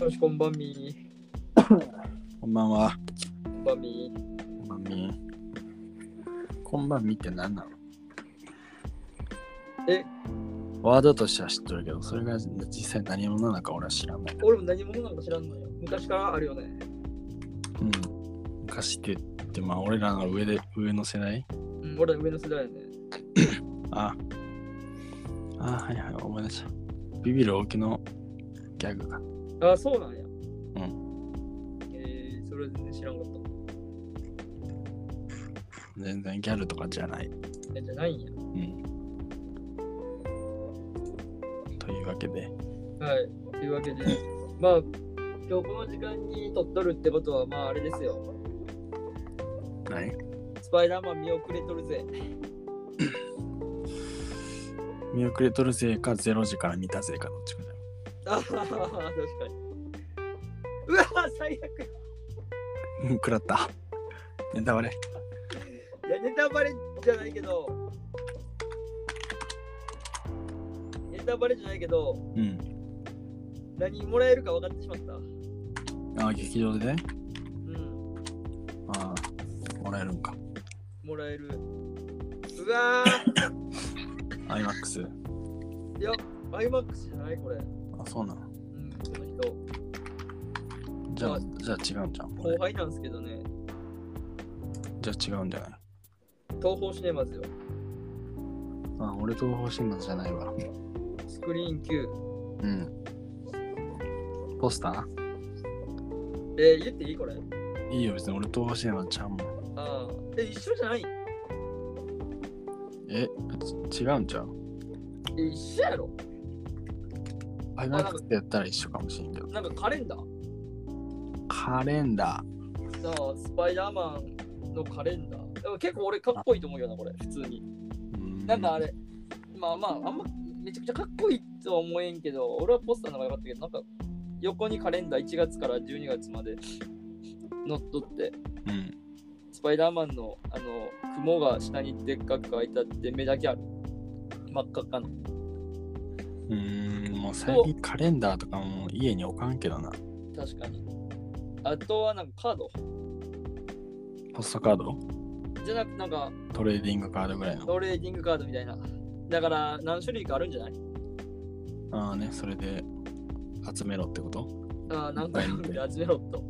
よし、こんばんみ。こんばんは。こんばんみ。こんばんみ。こんばんみって何なのえ、ワードとしては知ってるけど、それが実際何者なのか俺は知らない。俺も何者なのか知らんのよ。昔からあるよね。うん。昔って言って、まあ俺らの上で、上の世代うん、俺ら上の世代やね。ああ。ああ、はいはい、思い出した。ビビる大きのギャグか。ああ、そうなんや。。うんえー、それ全然知らんかっ全然ギャルとかじゃない。た。え、じゃないんや。うん。というわけで、はい。というわけで、まあ、今日この時間に撮っとるってことは、まあ、あれですよ。はい。スパイダーマン見送れとるぜ。見遅れとるせいか、0時から見たせいか、どっちかだよ。ああ、確かに。うわー、最悪。うん、食らった。ネタバレ。いや、ネタバレじゃないけど、ネタバレじゃないけど、うん。何もらえるか分かってしまった。うああ、劇場でね。ん、ああ、もらえるんか。もらえる。うわー、 IMAX。マイマックスじゃないこれ。あ、そうなの。うん、この人、じゃああ、じゃあ違うんじゃん。これ後輩なんですけどね、じゃあ違うんじゃない東宝シネマズよ。あ、俺東方新聞じゃないわ。スクリーン Q。うん。ポスタえー、言っていいこれ。ーいいよ、別に俺東方新聞ちゃうもん。あーえ、一緒じゃないえ、え、ち違うんじゃん。一緒やろ IMAX ってやったら一緒かもしれんけど。なんかカレンダーカレンダさあ、スパイダーマンのカレンダー。でも結構俺かっこいいと思うよな、これ、普通に。ー。うんなんかあれ、まあまあ、あんまめちゃくちゃかっこいいとは思えんけど、俺はポスターの方が良かったけど、なんか横にカレンダー1月から12月まで乗っとって、うん。スパイダーマンのあの雲が下にでっかく開いたって目だけある。真っ赤っかの。うーん、もう最近カレンダーとかもう家に置かんけどな。確かに。あとはなんかカードポストカードじゃなくなんかトレーディングカードぐらいの。トレーディングカードみたいな。だから何種類かあるんじゃないああね、それで集めろってことああ、なんか集めろと、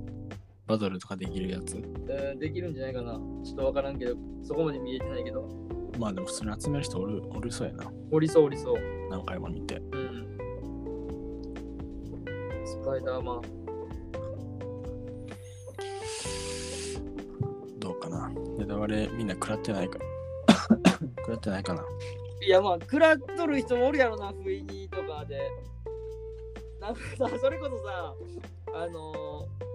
バトルとかできるやつうん。できるんじゃないかな。ちょっとわからんけど、そこまで見えてないけど。まあでも普通に集める人おるおるそうやな。おりそうおりそう。何回も見て。うんスパイダーマン。どうかな。ネタバレみんな食らってないか。 食らってないかな。いやまあ、食らっとる人もおるやろな、不意にとかで。なんかさ、それこそさ、あのー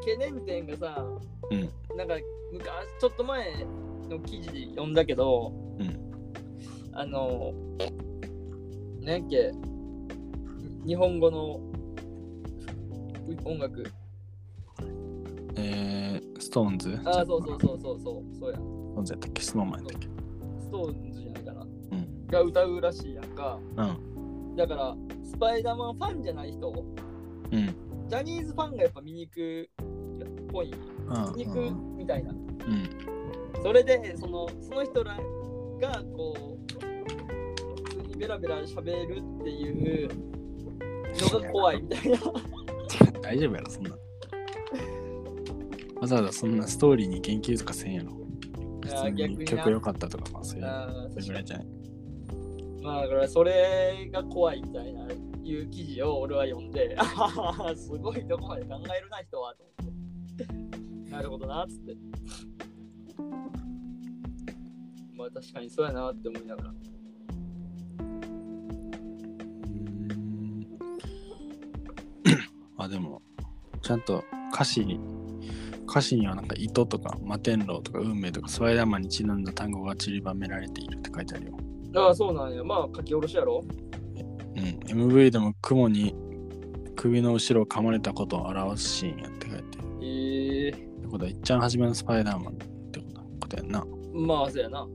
懸念点がさ、うんなんか昔、ちょっと前の記事読んだけど、うんあのー、なんやっけ、日本語の音楽。えー、ストーンズああ、そうそうそうそうそう、そうや。ストーンズやったっけスノーマンやったっけストーンズじゃないかな。うん。が歌うらしいやんか。うん。だから、スパイダーマンファンじゃない人、うん。ジャニーズファンがやっぱ見に行くっぽい、うん。見に行うくん。みたいな。うん。それで、そのその人らがこう、普通にベラベラ喋るっていうのが怖いみたいな。大丈夫やろ、そんな。わざわざそんなストーリーに言及とかせんやろ。あー普通に逆にな曲良かったとか、まあそういう。あーそれぐらいじゃない。まあ、だからそれが怖いみたいないう記事を俺は読んで、あ はははすごいとこまで考えるな人はと思って。なるほどなっつって。まあ確かにそうやなって思いながら。うーんあでもちゃんと歌詞に歌詞にはなんか糸とか摩天楼とか運命とかスパイダーマンにちなんだ単語が散りばめられているって書いてあるよ。ああ、そうなんや。まあ書き下ろしやろ。うん。MV でも雲に首の後ろを噛まれたことを表すシーンやって書いてある。ええってことは、いっちゃん初めのスパイダーマンってことことやんな。まあそうやな。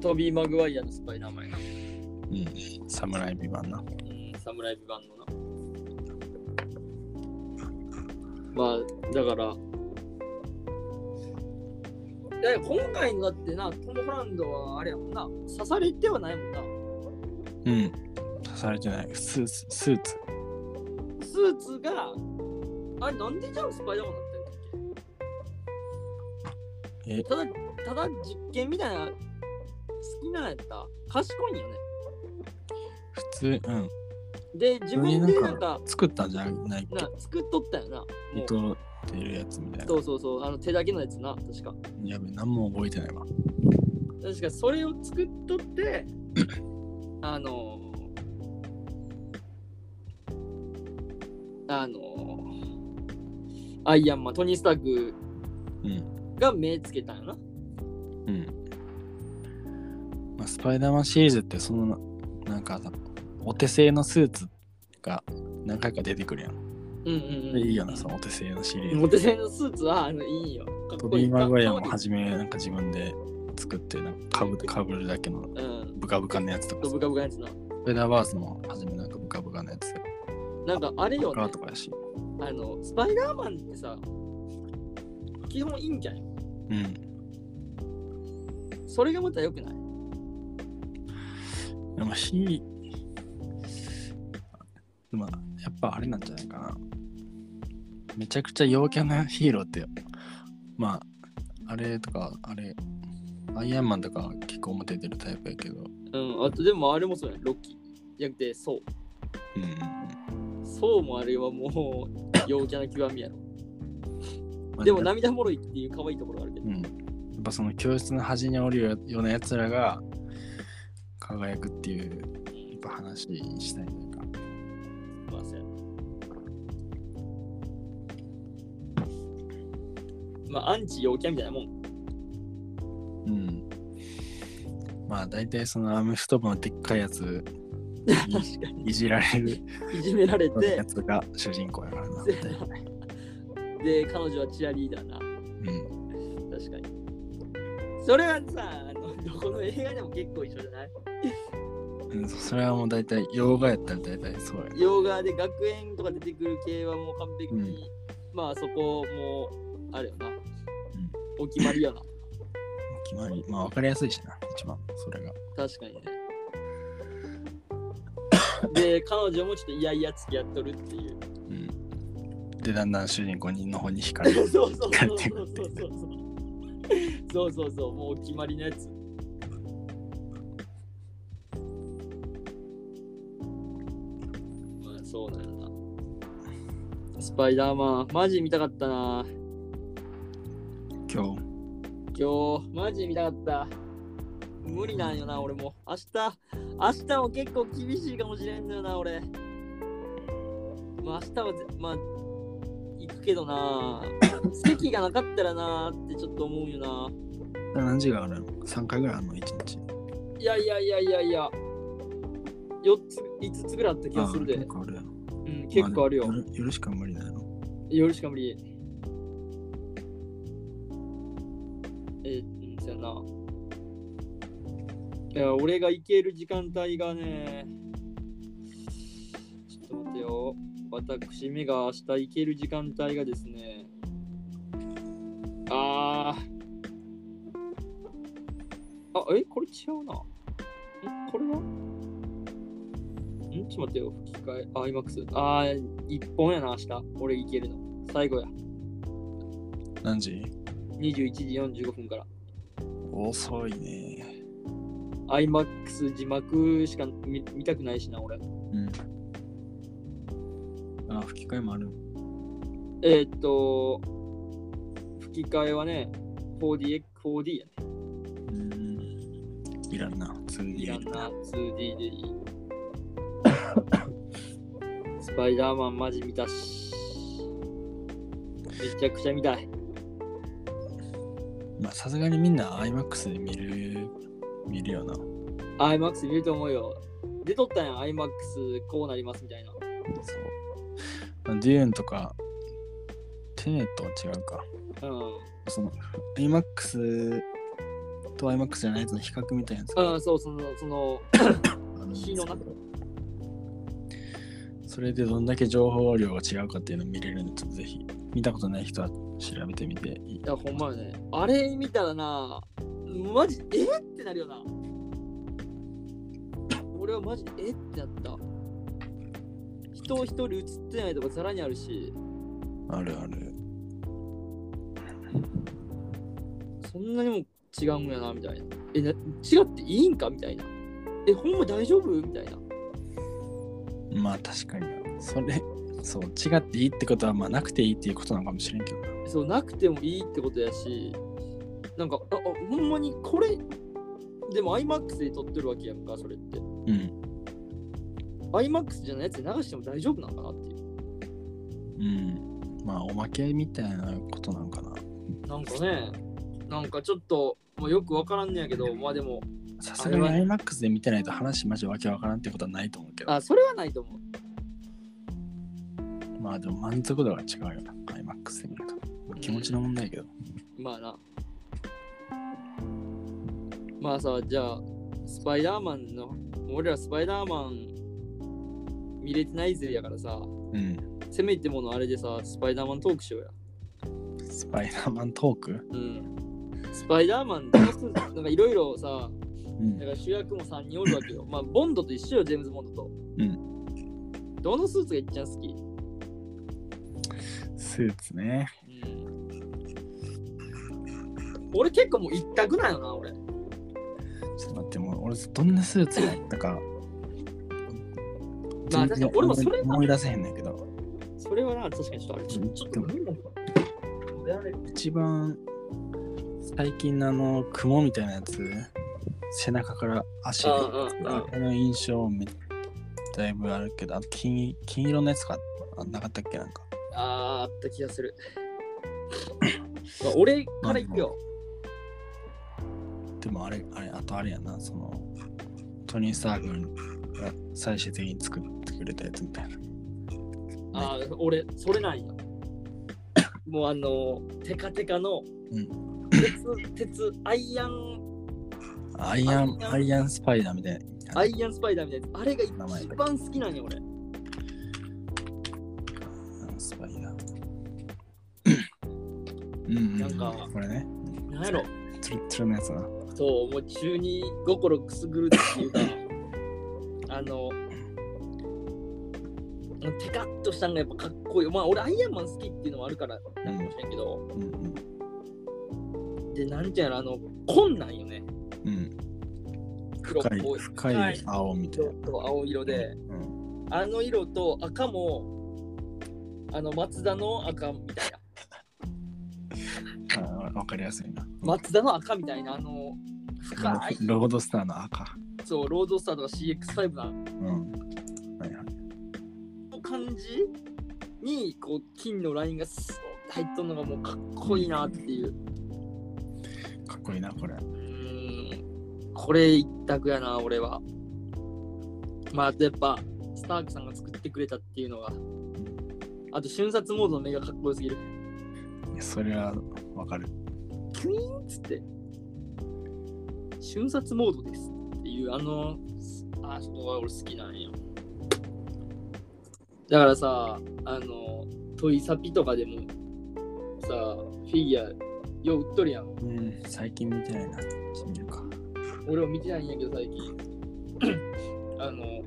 トビー・マグワイアのスパイダーマンやな。うん。侍美版な。うん、サムライビバンドな。まあ、だから、え今回のだってな、トム・ホランドはあれやもんな、刺されてはないもんな。うん。刺されてない。スーツ、スーツ。スーツが、あれなんでじゃあスパイダーマンだったんだっけえただ、ただ実験みたいな、好きなんやった。賢いんよね。普通、うん。で、自分でなんか、作ったんじゃないっな作っとったよな。もけう糸出るやつみたいなそ。うそうそう、あの手だけのやつな、確か。やべ、何も覚えてないわ。確かそれを作っとって あのー、あのー、アイアンマントニー・スタークうん。が目つけたんやなうん。まあ、スパイダーマンシリーズって、その、なんかさ、お手製のスーツが何回か出てくるやん。うんうんうんいいよな、そのお手製のシリーズ。モテセのスーツはあのいいよかっトこいビいー・マグワイアもかっこいい初めなんか自分で作ってなんかかぶかぶるだけのうんブカブカのやつとかドさブカブカやつなフェダーバースも初めなんかブカブカのやつとなんかあれよ、かねと、かやしあのスパイダーマンってさ基本陰キャやんうんそれがまた良くないでも火まあやっぱあれなんじゃないかなめちゃくちゃ陽キャなヒーローってまああれとかあれアイアンマンとか結構表出るタイプやけどうんあとでもあれもそうやロッキーじゃなくてそううんそうもあれは もう陽キャな極みやろ。でも涙もろいっていう可愛いところがあるけどう。ん、やっぱその教室の端におるようなやつらが輝くっていうやっぱ話にしたいというかまあ、そうやなまあ、アンチ陽キャみたいなもん。うんまあ大体そのアメフト部のでっかい やつ確かに。いじられるいじめられやて、つが主人公やからなせやで、彼女はチアリーダーな。うん確かに。それはさ、あのどこの映画でも結構一緒じゃないうん、それはもう大体洋画やったら大体そうや洋画で学園とか出てくる系はもう完璧に、まあそこもう、あれよな。お決まりやな。決まりまあ分かりやすいしな一番それが確かにね。 で、彼女もちょっといやいや付き合っとるっていう。うんでだんだん主人公の方に惹か れるそうそうそうそうそうそう。そうそうそう、もうお決まりのやつ。まあ、そうなんやな。スパイダーマン、マジ見たかったな。今日今日、マジ見たかった。無理なんよな、俺も。明日、明日も結構厳しいかもしれんのよな、俺。まあ、明日はぜ、まあ、行くけどな。席がなかったらなってちょっと思うよな。何時があるの ?3 回ぐらいあるの一日いやいやいやいやいや。4つ、5つぐらいあった気がするであ。結構あるやろうん、結構あるよま。でも夜夜しか無理ないの。夜しか無理。えー、うん、そやな。いや、俺が行ける時間帯がね、ちょっと待ってよ。私めが明日行ける時間帯がですね、あー。あ、え、これ違うな。んこれはんちょっと待ってよ、吹き替え。あ、IMAX。あー、一本やな、明日。俺行けるの。最後や。何時21時45分から。遅いね。 IMAX 字幕しか見見たくないしな、俺。うん。あ、吹き替えもある。えーっと、吹き替えはね、4DX、4D やね。うん。いらんな。2D いらんな、2D でいい。スパイダーマンマジ見たし。めちゃくちゃ見たい。まあ、さすがにみんな IMAX で見る、見るよな。 IMAX 見ると思うよ。出とったやん、IMAX こうなりますみたいな。そう。まあ、デューンとか、テネットは違うか。うん。その、IMAX と IMAX じゃないとの比較みたいなやつがうん、そう、その、その、あるんですけ火のど。それでどんだけ情報量が違うかっていうのを見れるんで、ちょっとぜひ見たことない人は調べてみていいいや、ほんまよね。あれ見たらな、マジ、えってなるよな。俺はマジ、えってなった。人一人映ってないとかざらにあるし、あるあるそんなにも違うんやな、みたいな。え、な違っていいんかみたいな。え、ほんま大丈夫みたいな。まあ確かにそれそう違っていいってことはまあなくていいっていうことなのかもしれんけどなそう、なくてもいいってことやし、なんか、ああほんまにこれ、でも iMAX で撮ってるわけやんか、それって。うん、 iMAX じゃないやつで流しても大丈夫なのかなっていう。うん、まあおまけみたいなことなんかななんかね、なんかちょっと、もうよくわからんねやけど、まあでも、さすがに IMAX で見てないと話マジわけわからんってことはないと思うけどあ、それはないと思う。まあでも満足度が違うよな IMAX で見ると気持ちの問題やけどまあな。まあさ、じゃあ、スパイダーマンの、俺らスパイダーマン見れてないぜやからさ、うんせめてものあれでさ、スパイダーマントークしようや。スパイダーマントークうん。スパイダーマンどうすんのなんかいろいろさ、うんだから主役も3人おるわけよ。まあ、ボンドと一緒よ、ジェームズ・ボンドと。うどのスーツが一番好きスーツね俺結構もう一択なよな、俺。ちょっと待ってもう俺どんなスーツだったかまあ、確かに俺もそれは思、い出せへんねんけどそれはな、確かにちょっとあれ、ちょちょっと無理なのかなやられる一番最近のあの雲みたいなやつ背中から足がうんうんうんあれの印象めだいぶあるけどあと金金色のやつがあなかったっけなんかあー、あった気がする。まあ俺から行くよ。でもあれあれあとあれやなそのトニー・スターグが最終的に作ってくれたやつみたいなまああー俺、それなんや。もうあの、テカテカのうん鉄、鉄、アイアン、アイアンアイアンスパイダーみたいなアイアンスパイダーみたいなやつ。あれが一番好きなんや、俺。アイアンスパイダ ーうんうん、なんかこれねなんやろ。ツルッツルのやつなそう、もう中二心くすぐるっていうか、 あの、テカッとしたのがやっぱかっこいい。まあ、俺、アイアンマン好きっていうのもあるからなんかもしれんけど、うんうんで、なんていうの、あの、こんなんよね。うん黒っ深いぽい。深い青みたいな色と青色で、うんあの色と赤も、あの、松田の赤みたいな。あわかりやすいな松田の赤みたいな、あの、深い。ロードスターの赤そう、ロードスターとか CX5 なうんはいはいの感じにこう金のラインがスーッと入っとんのがもうかっこいいなっていう。かっこいいなこれうーんこれ一択やな俺は。まああとやっぱスタークさんが作ってくれたっていうのが。あと瞬殺モードの目がかっこよすぎる。いやそれはわかるキュイーンっつって。瞬殺モードですっていうあのあそこは俺好きなんよ。だからさあのトイサピとかでもさフィギュアよう売っとるやん。うん最近見てないな見るか俺も見てないんやけど最 近あの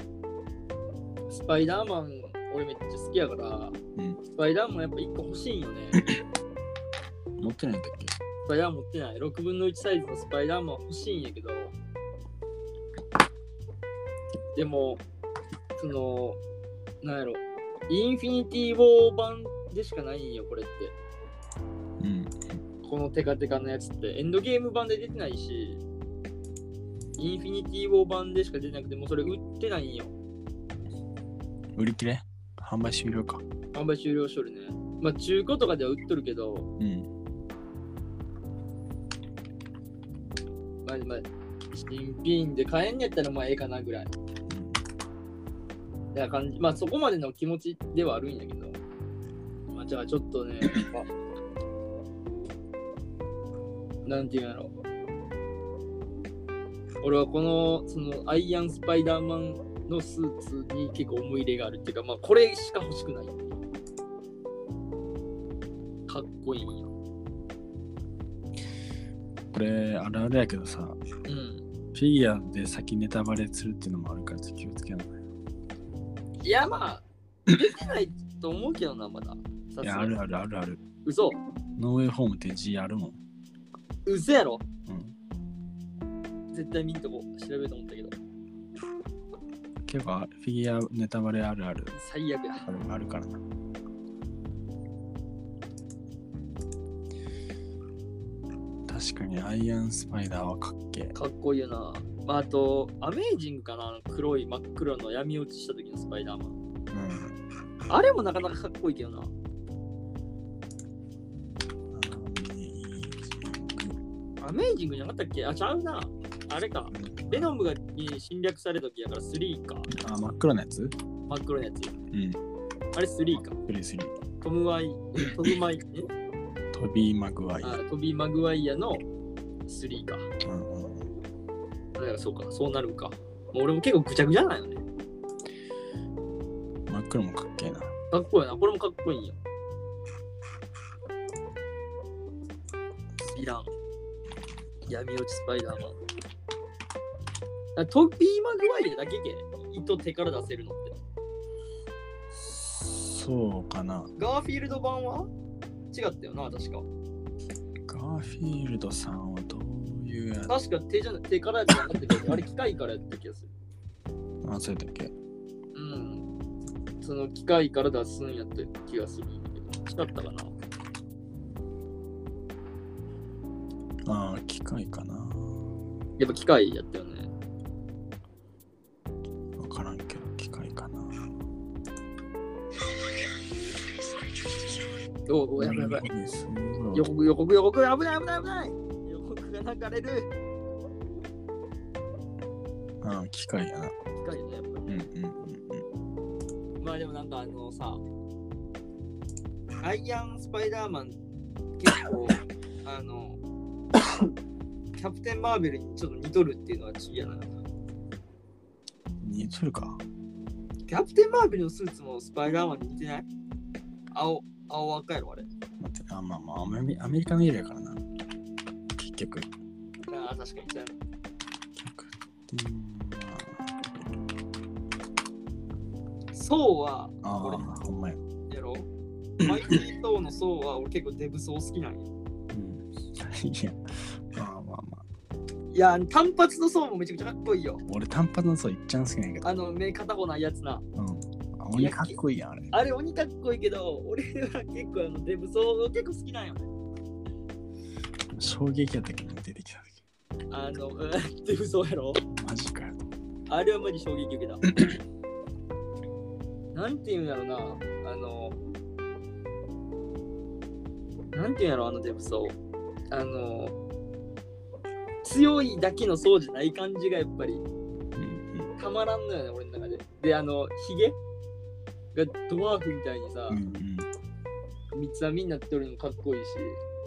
スパイダーマン俺めっちゃ好きやから、うんスパイダーマンやっぱ1個欲しいんよねス持ってないんだっけパイダーマン持ってない6分の1サイズのスパイダーマン欲しいんやけどでもそのなんやろインフィニティウォー版でしかないんよこれってうんこのテカテカのやつってエンドゲーム版で出てないしインフィニティウォー版でしか出てなくてもうそれ売ってないんよ売り切れ販売終了か販売終了しとるねまあ中古とかでは売っとるけどうんまあまあ新品で買えんやったらまあええかなぐらいな感じまあそこまでの気持ちではあるんやけどまあじゃあちょっとねやっぱなんていうんやろ俺はこのそのアイアンスパイダーマンのスーツに結構思い入れがあるっていうかまあこれしか欲しくないかっこいいんよ。これ、あれあれやけどさ、フうん。ィギュアで先ネタバレするっていうのもあるから、ちょっと気をつけない。いや、まあ、出てないと思うけどな、まだ。さすいがや、あるあるあるある。嘘ノーウェイホームって字あるもん。嘘やろうん。絶対見んとこ調べようと思ったけど、結構、フィギュアネタバレあるある。最悪だ。あるあるからな。確かに、アイアンスパイダーはかっけえ。かっこいいよな。まあ、あと、アメージングかな、あの黒い真っ黒の闇落ちした時のスパイダーマン。うん。あれもなかなかかっこいいけどな。アメージングじゃなかったっけあ、ちゃうな。あれか。ベノムがに侵略された時やから3か。あ、真っ黒なやつ真っ黒のやつ。うん。あれ3か。プリスリー。トムワイ、トムマイ、えトビー・マグワイア。あトビー・マグワイアの3か。うんうんだからそうか、そうなるか。もう俺も結構ぐちゃぐちゃなんよね。真っ黒もかっけえな。かっこいいな。これもかっこいいんや。ヴィラン。闇落ちスパイダーマン。あトビー・マグワイアだけけ糸手から出せるのって。そうかな。ガーフィールド版は違ったよな、確か。ガーフィールドさんはどういうやつ確か手じゃな手からじゃなかったけど、あれ機械からやった気がする。あ、そうやったっけうん。その機械から出すんやった気がするんだけど。違ったかな。ああ、機械かな。やっぱ機械やったよね。わからんけど、機械かな。おうおう、やばいやばい。すごい予告予告予告危ない危ない危ない予告が流れるああ、機械やな。機械ねやっぱうんうんうんうん。りまあでもなんかあのさアイアンスパイダーマン結 構あのキャプテンマーベルにちょっと似とるっていうのはちょっと嫌だな似とるかキャプテンマーベルのスーツもスパイダーマンに似てない青青赤やろあれ待って、あ、まあまあ、アメリアメリカの色やからな。結局。ああ確かにそうやな結局うんそうはあこれあ、ほんまや。やろマイティー・ソーのそうは俺結構デブソー好きなんやうん。いや、まあまあまあ。いや単発のソーもめちゃくちゃかっこいいよ俺、単発のそういっちゃん好きなんやけど。あの目片方ないやつなうん。あ、鬼かっこいいやん、あれ。あれ鬼かっこいいけど、俺は結構あのデブソー結構好きなんよね。衝撃やったけど、出てきた時。あの、 うんデブソーやろマジかよ。あれはマジ衝撃受けた。 なんていうんやろな、あの、なんていうんやろ、あのデブソー。あの、強いだけのそうじゃない感じがやっぱりうんうん。たまらんのよね、俺の中で。で、あの、ヒゲがドワーフみたいにさう、ん三つ編みになってるのもかっこいいし。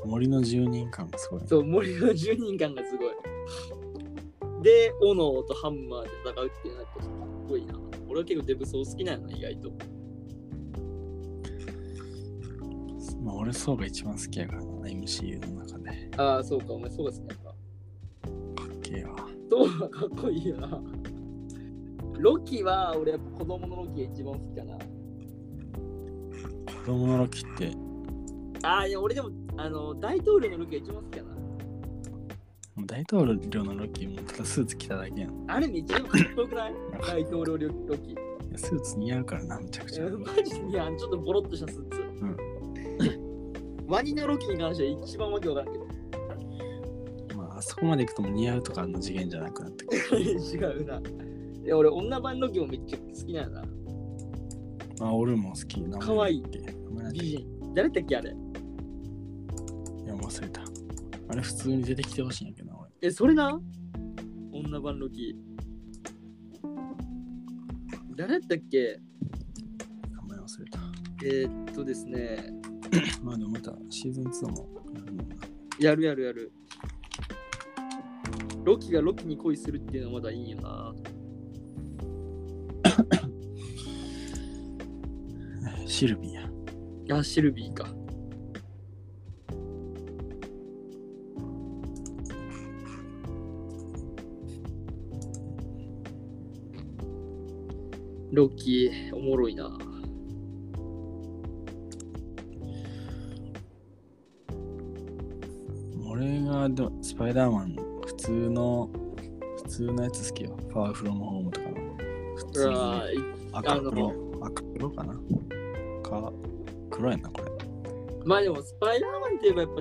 うん。森の住人感がすごい。そう、森の住人感がすごい。で、斧とハンマーで戦うっていうのはやっぱかっこいいな。俺は結構デブソー好きなの意外と。まあ、俺、そうが一番好きやからな、MCU の中で。ああ、そうか、お前そうですね。やっぱかっけえわ。そうはかっこいいよな。ロキは俺やっぱ子供のロキが一番好きかな。子供のロキって、ああ、いや俺でもあの大統領のロキが一番好きかな。もう大統領のロキもただスーツ着ただけやん。あれめっちゃかっこよくない大統領ロキ。いやスーツ似合うからな、めちゃくちゃ。 マジにあのちょっとボロっとしたスーツ。 ワニのロキに関しては一番わけわからんけど。まあ、あそこまで行くともう似合うとかの次元じゃなくなってくる。 違うな。いや俺、女版のキもめっちゃ好きなんやな。まあ、俺も好き。可愛いって。名前なんだっ美け人。誰だっけあれいや、忘れた。あれ、普通に出てきてほしいんやけどな、俺。え、それな女版のキ誰だっけ名前忘れた。えー、っとですね、まあ、でもまたシーズン2もやるもんな。やるやるやる。ロキがロキに恋するっていうのはまだいいよな。シルビア。あ、シルビーか。ロッキー、おもろいな。俺がでもスパイダーマン普通の普通のやつ好きよパワーフロムホームとかの普う通のわー赤あ黒赤黒かなか黒やなこれまあでも、スパイダーマンって言えばやっ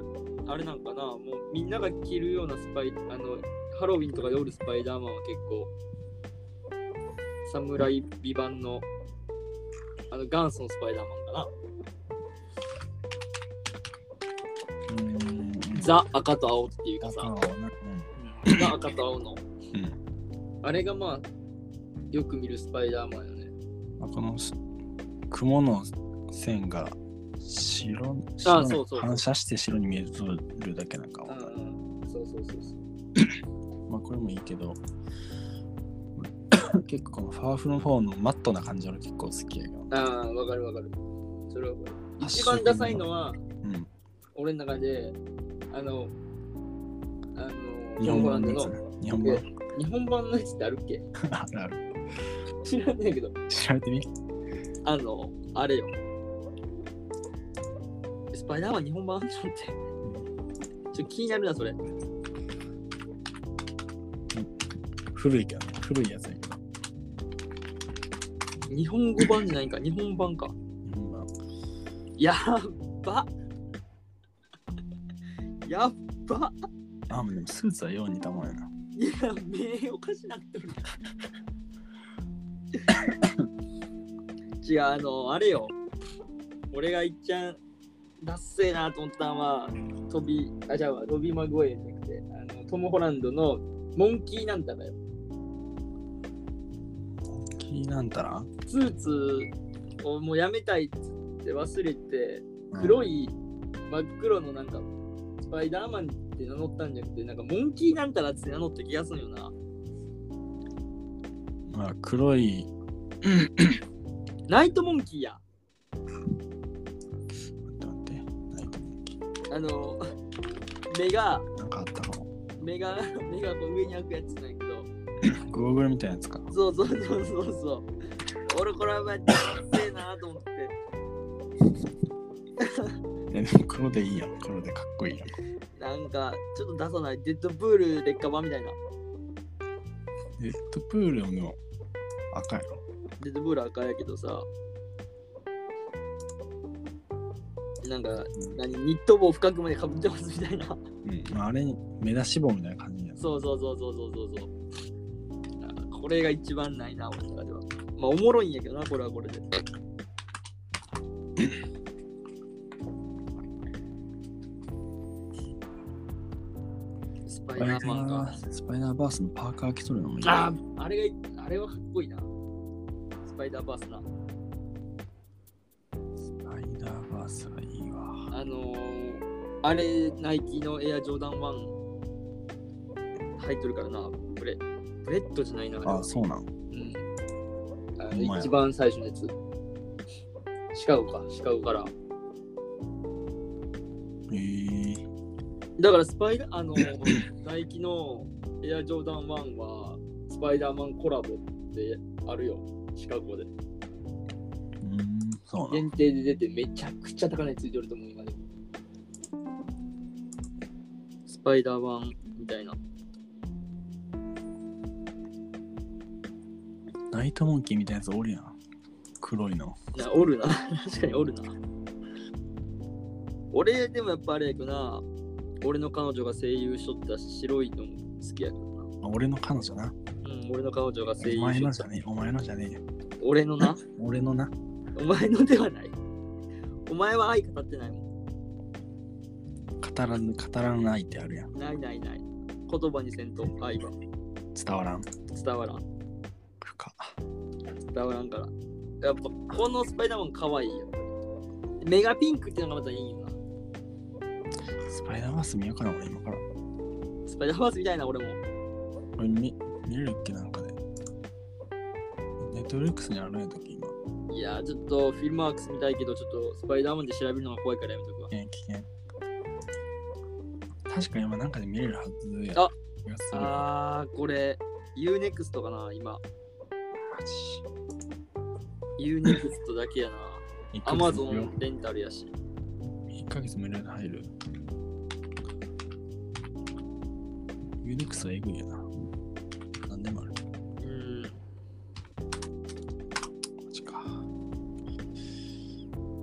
ぱ、あれなんかな、もうみんなが着るようなスパイ、あの、ハロウィンとかでおるスパイダーマンは結構、侍美版の、あの、元祖のスパイダーマンかな。うーんザ・赤と青っていうかあさ、ーなザ・赤と青の。うん、あれがまあ、よく見るスパイダーマンよね。うん、あこのす雲の線が白あ白ーにそうそう反射して白に見えるだけなんかわうかるんうん、そうそうそうそう。まあこれもいいけど 結構このファーフロムホームのマットな感じ俺結構好きやけどああ、わかるわかる。それはわかる。一番ダサいのは、うん俺の中で、あの、あの、日本版のやつね日本いや版日本版のやつってあるっけ あるある知らないけど、調べてみあの、あれよ。スパイダーマン日本版ちょっと待って。ちょっと気になるな、それ。古いけどね古いやつやけど日本語版じゃないんか、日本版か。日本版やっばやっばあもうでもスーツはよう似たもんやないや、目おかしなってる。違う、あの、あれよ。俺がいっちゃん、ダッセーなと思ったのは、飛び、あ、じゃあ、飛びまごえじゃなくて、あのトム・ホランドのモンキーなんたらよ。気になんたらスーツをもうやめたいっつって忘れて、黒いい、真っ黒のなんか、スパイダーマンって名乗ったんじゃなくて、なんか、モンキーなんたらって名乗った気がするよな。まあ黒いナイト・モンキーや。待って待ってないと思うあの、 目が、なんかあったかも目が 目がこう上に開くやつなんやけどゴーグルみたいなやつかそうそうそうそうそう俺これはまあせえなと思ってえでも黒でいいやん黒でかっこいいやなんんかちょっと出さないデッドプール劣化版みたいなデッドプールもでも赤やろデッドプール赤やけどさなんか何ニット帽深くまでかぶってますみたいなうん、まあ、あれに目出し帽みたいな感じやつそうそうそうそうそうそうそうあこれが一番ないな俺の中ではまあおもろいんやけどなこれはこれでスパイダーマンかスパイダーバースのパーカー着とるのもいいよああれがあれはかっこいいなスパイダーバースなスパイダーバースがいいわあのー、あれナイキのエアジョーダン1入っとるからなブレブレッドじゃないなあれはあそうなうんんあほんまのや一番最初のやつ。シカゴか、シカゴから。へえだからスパイダー、 あの、ナイキのエアジョーダン1は、スパイダーマンコラボってあるよ、シカゴで。うんそうなん限定で出てめちゃくちゃ高値ついてると思う、今でも。スパイダー1みたいな。ナイトモンキーみたいなやつおるやん黒いのなおるな 確かにおるな俺でもやっぱあれやけどな俺の彼女が声優しとった白いのも好きやけどな、あ俺の彼女なうん、俺の彼女が声優お前しとのっじゃたねえお前のじゃねえよ俺の な俺のなお前のではないお前は愛語ってないも語らぬ語らないってあるやんんないないない言葉にせんと愛は伝わらん伝わらん深伝わらんからやっぱこのスパイダーマン可愛いよ目がピンクってのがまたいいよなスパイダーバース見ようかな俺今からスパイダーバースみたいな俺も俺見見れるっけなんかでネットフリックスにあるんやったっけ今いやーちょっとフィルマークス見たいけどちょっとスパイダーマンで調べるのが怖いからやめとくわ危険危険確かに今なんかで見れるはずやあ気がするあー、これ、UNEXT かな、今。マジユーネクストだけ やな。 1アヶマ月ゾ無料ンレンタルやし。 1ヶ月無料で入る。ユニクスはエグいよな。なんでもある。うん。マジか。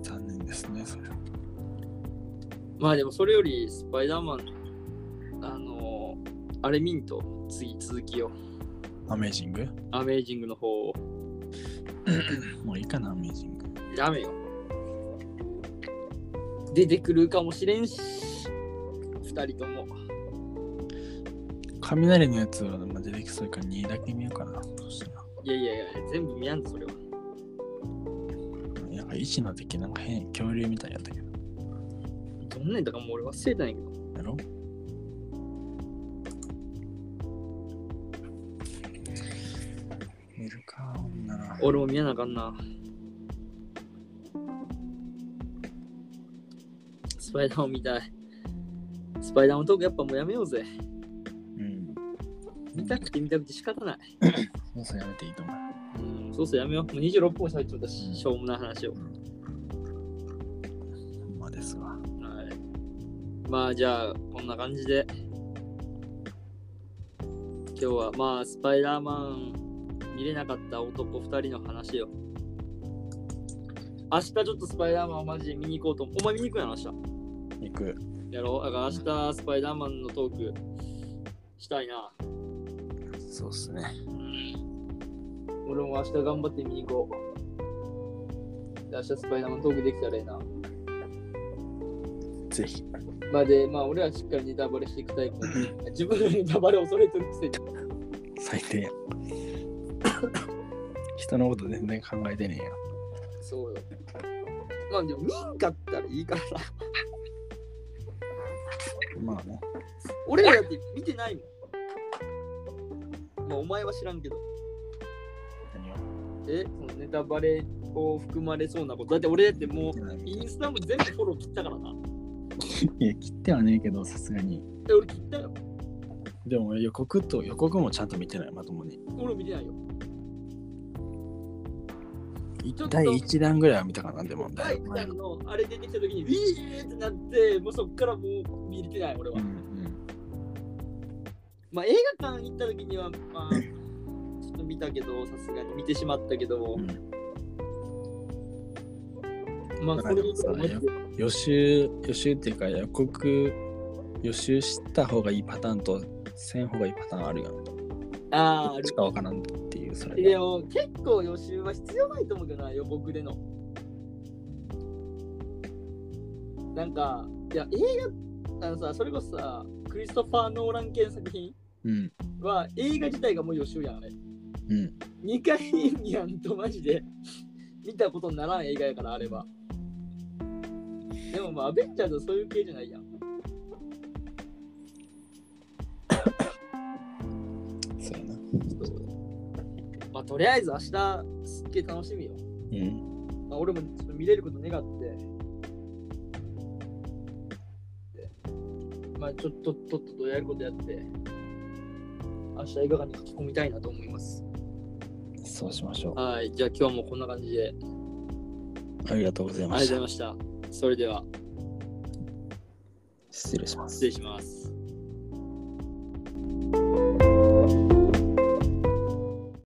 残念ですね、それは。まあでもそれよりスパイダーマン、あのーあれミント、次続きよ。アメージングアメージングの方を。もういいかな、アメージング。やめよ。出てくるかもしれんし、二人とも。雷のやつはまあ出てきそうやから2だけ見ようかな。どうしたら。いやいやいや、全部見やんぞ、それは。なんか1の敵なんか変、恐竜みたいやったけど。どんなんだかもう俺忘れたんやけど。やろ見るか、ほんなら。俺も見やなあかんな。スパイダーマン見たい。スパイダーマントークやっぱもうやめようぜ。うん。見たくて見たくて仕方ない。もうそれやめていいと思う。うん、そうそうやめよう。もう26分喋っちゃったし、しょうもない話を。ほんまですわ。はい。まあじゃあ、こんな感じで。今日はまあ、スパイダーマン見れなかった男2人の話よ。明日ちょっとスパイダーマンをマジで見に行こうと思う。お前見に行くやろ、明日。行く。やろうだから明日スパイダーマンのトークしたいな。そうっすね。俺も明日頑張って見に行こう。で明日スパイダーマントークできたらいいな。ぜひ。まあで、まあ俺はしっかりネタバレしていくタイプなんで。自分のネタバレ恐れてるくせに。最低や。 人のこと全然考えてねえや。そうよ。まあでも見んかったらいいからさ。まあね。俺らだって見てないもん。まあお前は知らんけど。何をえ、そのネタバレを含まれそうなこと。だって俺だってもうインスタも全部フォロー切ったからな。いや、切ってはねえけど、さすがに。え、俺切ったよ。でも予告と予告もちゃんと見てない、まともに。俺見てないよ。ちょっと第1弾ぐらいは見たかな、でも。第1弾のあれ出てきた時にウィーってなってもうそっからもう見れてない俺は、うんうん。まあ映画館行った時にはまあちょっと見たけどさすがに見てしまったけどう、んまあだそかられでも以さ降マジで予習予習っていうか予告予習した方がいいパターンとせん方がいいパターンあるよね。ああどあっちかわからんっていうそるれでが。も結構予習は必要ないと思うけどな予告でのなんかいや映画あのさそれこそさクリストファー・ノーラン系の作品うんは映画自体がもう予習やんあれうん。 2回見やんとマジで見たことにならん映画やからあればでもまあアベンジャーズはそういう系じゃないやんそうやな。まあとりあえず明日すっげえ楽しみよ、うん。まあ、俺もちょっと見れること願ってでまあちょっととっととやることやって明日映画館に書き込みたいなと思いますそうしましょはいじゃあ今日もこんな感じでう。ありがとうございあまりがとうごしざいた。ましたそれでは失礼します失。礼します